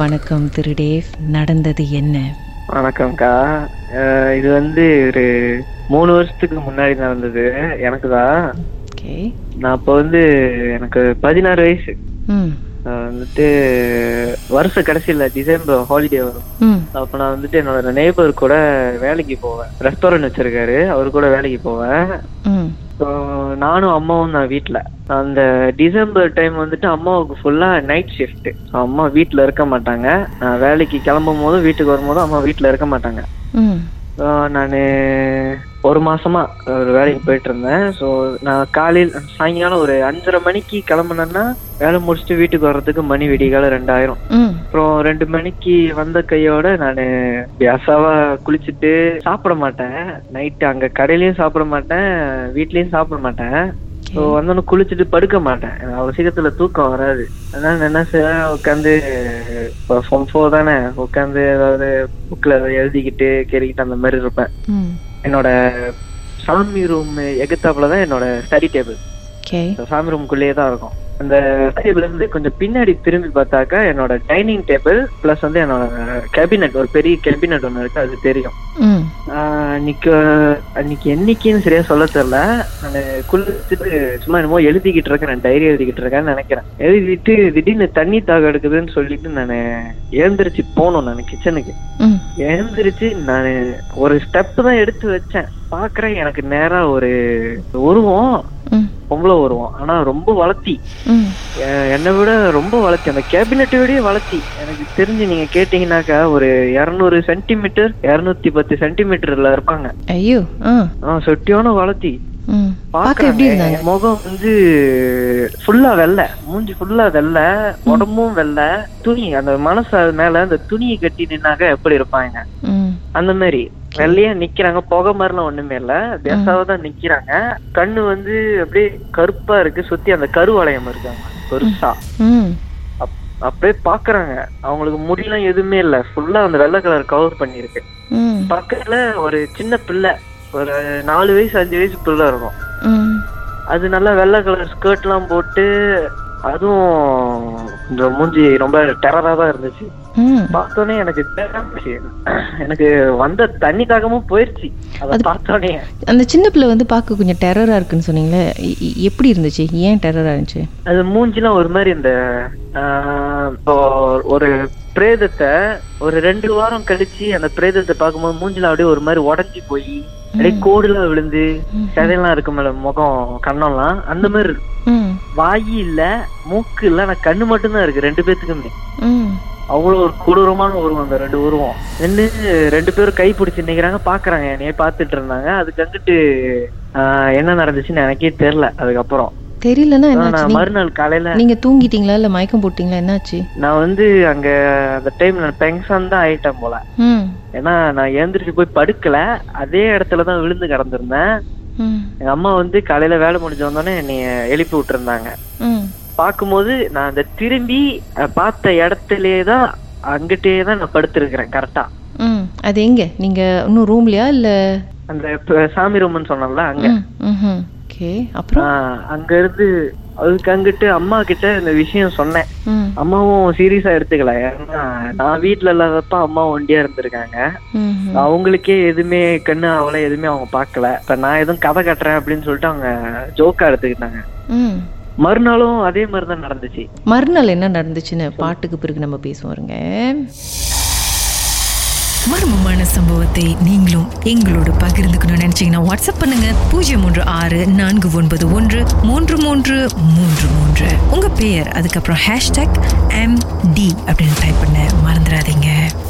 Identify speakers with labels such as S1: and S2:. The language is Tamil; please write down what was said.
S1: வணக்கம் திரு டேவ் நடந்தது என்ன
S2: வணக்கம்க்கா அஹ் இது வந்து ஒரு மூணு வருஷத்துக்கு முன்னாடி நடந்தது எனக்கு தான்
S1: ஓகே
S2: நான் அப்போ வந்து எனக்கு பதினாறு வயசு
S1: ம்
S2: நான் வந்துட்டு வருஷ கடைசியில் டிசம்பர் ஹாலிடே வரும்
S1: ம்
S2: அப்போ நான் வந்துட்டு என்னோட நெய்பர் கூட வேலைக்கு போவேன் ரெஸ்டாரண்ட் வச்சிருக்காரு அவர் கூட வேலைக்கு போவேன்
S1: ம்
S2: So, நானும் அம்மாவும் நான் வீட்டில் அந்த டிசம்பர் டைம் வந்துட்டு அம்மாவுக்கு ஃபுல்லாக நைட் ஷிஃப்ட் அம்மா வீட்டில் இருக்க மாட்டாங்க நான் வேலைக்கு கிளம்பும் போதும் வீட்டுக்கு வரும்போதும் அம்மா வீட்டில் இருக்க மாட்டாங்க
S1: ம்
S2: நான் ஒரு மாசமா ஒரு வேலைக்கு போயிட்டு இருந்தேன் ஸோ நான் காலையில் சாயங்காலம் ஒரு அஞ்சரை மணிக்கு கிளம்புனேன்னா வேலை முடிச்சுட்டு வீட்டுக்கு வர்றதுக்கு மணி விடிகால ரெண்டாயிரம்
S1: ம்
S2: அப்புறம் ரெண்டு மணிக்கு வந்த கையோட நான் பியாசாவா குளிச்சுட்டு சாப்பிட மாட்டேன் நைட்டு அங்க கடையிலயும் சாப்பிட மாட்டேன் வீட்லயும் சாப்பிட மாட்டேன் ஸோ வந்தோன்னு குளிச்சுட்டு படுக்க மாட்டேன் எனக்கு அவ்வளோ சீக்கிரத்துல தூக்கம் வராது அதனால நான் என்ன செய்வேன் உட்காந்து இப்போ ஃபோன் ஃபோ தானே உட்காந்து ஏதாவது புக்கில் ஏதாவது எழுதிக்கிட்டு கேறிக்கிட்டு அந்த மாதிரி இருப்பேன்
S1: ம்
S2: என்னோட சாமி ரூம் எகுத்தாப்புல தான் என்னோட ஸ்டடி டேபிள்
S1: ஓகே
S2: சாமி ரூம்குள்ளேயே தான் இருக்கும் அந்த டேபிள் இருந்து கொஞ்சம் பின்னாடி திரும்பி பார்த்தாக்கா என்னோட டைனிங் டேபிள் ப்ளஸ் வந்து என்னோட கேபினட் ஒரு பெரிய கேபினட் ஒன்று இருக்கு அது தெரியும்
S1: ம்
S2: ஆஹ் அன்னைக்கு அன்னைக்கு என்னைக்குன்னு சரியா சொல்ல தெரியல நான் குளிச்சுட்டு சும்மா என்னமோ எழுதிக்கிட்டு இருக்கேன் நான் டைரி எழுதிக்கிட்டு இருக்கேன்னு நினைக்கிறேன் எழுதிட்டு திடீர்னு தண்ணி தாக எடுக்குதுன்னு சொல்லிட்டு நான் எழுந்திரிச்சு போனோம் நான் கிச்சனுக்கு
S1: ம்
S2: எழுந்திருச்சு நான் ஒரு ஸ்டெப் தான் எடுத்து வச்சேன் பார்க்கறேன் எனக்கு நேரா ஒரு உருவம்
S1: ம்
S2: பொம்பளை உருவம் ஆனா ரொம்ப வளர்த்தி
S1: ம்
S2: அஹ் என்னை விட ரொம்ப வளர்ச்சி அந்த கேபினெட்டை விடயே வளர்ச்சி எனக்கு தெரிஞ்சு நீங்க கேட்டீங்கன்னாக்கா ஒரு இரநூறு சென்டிமீட்டர் இரநூத்தி பத்து சென்டிமீட்டர்ல இருப்பாங்க
S1: ஐயோ ஆ
S2: ஆஹ் சொட்டியான வளர்த்தி
S1: ம் பார்க்க எப்படி
S2: பார்க்கறாங்க.
S1: இருந்தாங்க
S2: என் முகம் வந்து ஃபுல்லா வெள்ளை மூஞ்சி ஃபுல்லா வெள்ளை உடம்பும் வெள்ளை துணி அந்த மனசு அது மேல அந்த துணியை கட்டி நின்னாக்க எப்படி இருப்பாங்க
S1: ம்
S2: அந்த மாதிரி வெள்ளையா நிக்கிறாங்க புகை மாதிரிலாம் ஒண்ணுமே இல்ல பேசாவா தான் நிக்கிறாங்க கண்ணு வந்து அப்படியே கருப்பா இருக்கு சுத்தி அந்த கருவளையம் இருக்காங்க பெருசா
S1: ம்
S2: அப்- அப்படியே பாக்குறாங்க அவங்களுக்கு முடியெல்லாம் எதுவுமே இல்ல ஃபுல்லா அந்த வெள்ளை கலர் கவர் பண்ணிருக்கு
S1: ம்
S2: பக்கத்துல ஒரு சின்ன பிள்ளை ஒரு நாலு வயசு அஞ்சு வயசு பிள்ளை இருக்கும்
S1: ம்
S2: அது நல்லா வெள்ளை கலர் ஸ்கர்ட்லாம் போட்டு அதுவும் இந்த மூஞ்சி ரொம்ப டெரரா தான் இருந்துச்சு
S1: ம்
S2: பார்த்தோன்னே எனக்கு தெரிஞ்சு எனக்கு வந்த தண்ணி தாகமும் போயிருச்சு அதை பார்த்தோன்னே
S1: அந்த சின்ன பிள்ளை வந்து பார்க்க கொஞ்சம் டெரராக இருக்குன்னு சொன்னீங்களே இ- இ- எப்படி இருந்துச்சு ஏன் டெரராக இருந்துச்சு
S2: அது மூஞ்சிலாம் ஒரு மாதிரி இந்த ஆஹ், இப்போ ஒரு பிரேதத்தை ஒரு ரெண்டு வாரம் கழிச்சு அந்த பிரேதத்தை பார்க்கும்போது மூஞ்சிலாம் அப்படியே ஒரு மாதிரி உடைஞ்சு போய் அப்படியே கோடுலாம் விழுந்து சதையெல்லாம் இருக்கும் மேல முகம் கண்ணம்லாம் அந்த மாதிரி இருக்கு.
S1: ம்
S2: வாய் இல்ல மூக்கு இல்ல ஆனா கண்ணு மட்டும்தான் இருக்கு ரெண்டு பேத்துக்குமே
S1: ம்
S2: அவ்வளோ ஒரு கொடூரமான உருவம் அந்த ரெண்டு உருவம் நின்று ரெண்டு பேரும் கை பிடிச்சி நிக்கிறாங்க பாக்குறாங்க என்னைய பார்த்துட்டு இருந்தாங்க அதுக்கு அங்கிட்டு ஆஹ், என்ன நடந்துச்சுன்னு எனக்கே தெரியல அதுக்கப்புறம்
S1: தெரியலன்னா
S2: ஆனா
S1: என்னாச்சு
S2: நான் மறுநாள் காலையில
S1: நீ- நீங்க தூங்கிட்டீங்களா இல்ல மயக்கம் போட்டீங்களா என்னாச்சு
S2: நான் வந்து அங்க அந்த டைம் நான் டென்ஷன் தான் ஆயிட்டேன் போல
S1: ம்
S2: ஏன்னா நான் எழுந்திரிச்சு போய் படுக்கல அதே இடத்துல தான் விழுந்து கிடந்திருந்தேன்
S1: ம்
S2: எங்க அம்மா வந்து காலையில வேலை முடிஞ்ச வந்தோடனே என்னை எழுப்பி விட்டுருந்தாங்க
S1: ம்
S2: பார்க்கும்போது நான் அந்த திரும்பி அஹ், பார்த்த இடத்துலயே தான் அங்கிட்டே தான் நான் படுத்திருக்கிறேன் கரெக்டா
S1: ம் அது எங்க நீங்க இன்னும் ரூம்லயா இல்ல
S2: அந்த ப- சாமி ரூம்னு சொன்னேன்ல அங்க
S1: ம் ம் ஓகே அப்புறம்
S2: ஆஹ், அங்க இருந்து அதுக்கு அங்கிட்டு அம்மா கிட்ட இந்த விஷயம் சொன்னேன்
S1: ம்
S2: அம்மாவும் சீரியஸா எடுத்துக்கல ஏன்னா நான் வீட்டுல இல்லாதப்ப அம்மா ஒண்டியா இருந்திருக்காங்க
S1: ம் ம்.
S2: அவங்களுக்கே எதுவுமே கண்ணு அவளை எதுவுமே அவங்க பார்க்கல இப்ப நான் எதுவும் கதை கட்டுறேன் அப்படின்னு சொல்லிட்டு அவங்க ஜோக்கா எடுத்துக்கிட்டாங்க
S1: ம்
S2: மறுநாளும் அதே மாதிரி தான் நடந்துச்சு
S1: மறுநாள் என்ன நடந்துச்சுன்னு பாட்டுக்கு பிறகு நம்ம பேசுவோங்க
S3: மர்மமான சம்பவத்தை நீங்களும் எங்களோடு பகிர்ந்துக்கணும்னு நினைச்சீங்கன்னா வாட்ஸ்அப் பண்ணுங்க பூஜ்ஜியம் மூன்று ஆறு நான்கு ஒன்பது ஒன்று மூன்று மூன்று மூன்று மூன்று உங்க பெயர் அதுக்கப்புறம் ஹேஷ்டாக் எம் டி அப்படின்னு டைப் பண்ண மறந்துடாதீங்க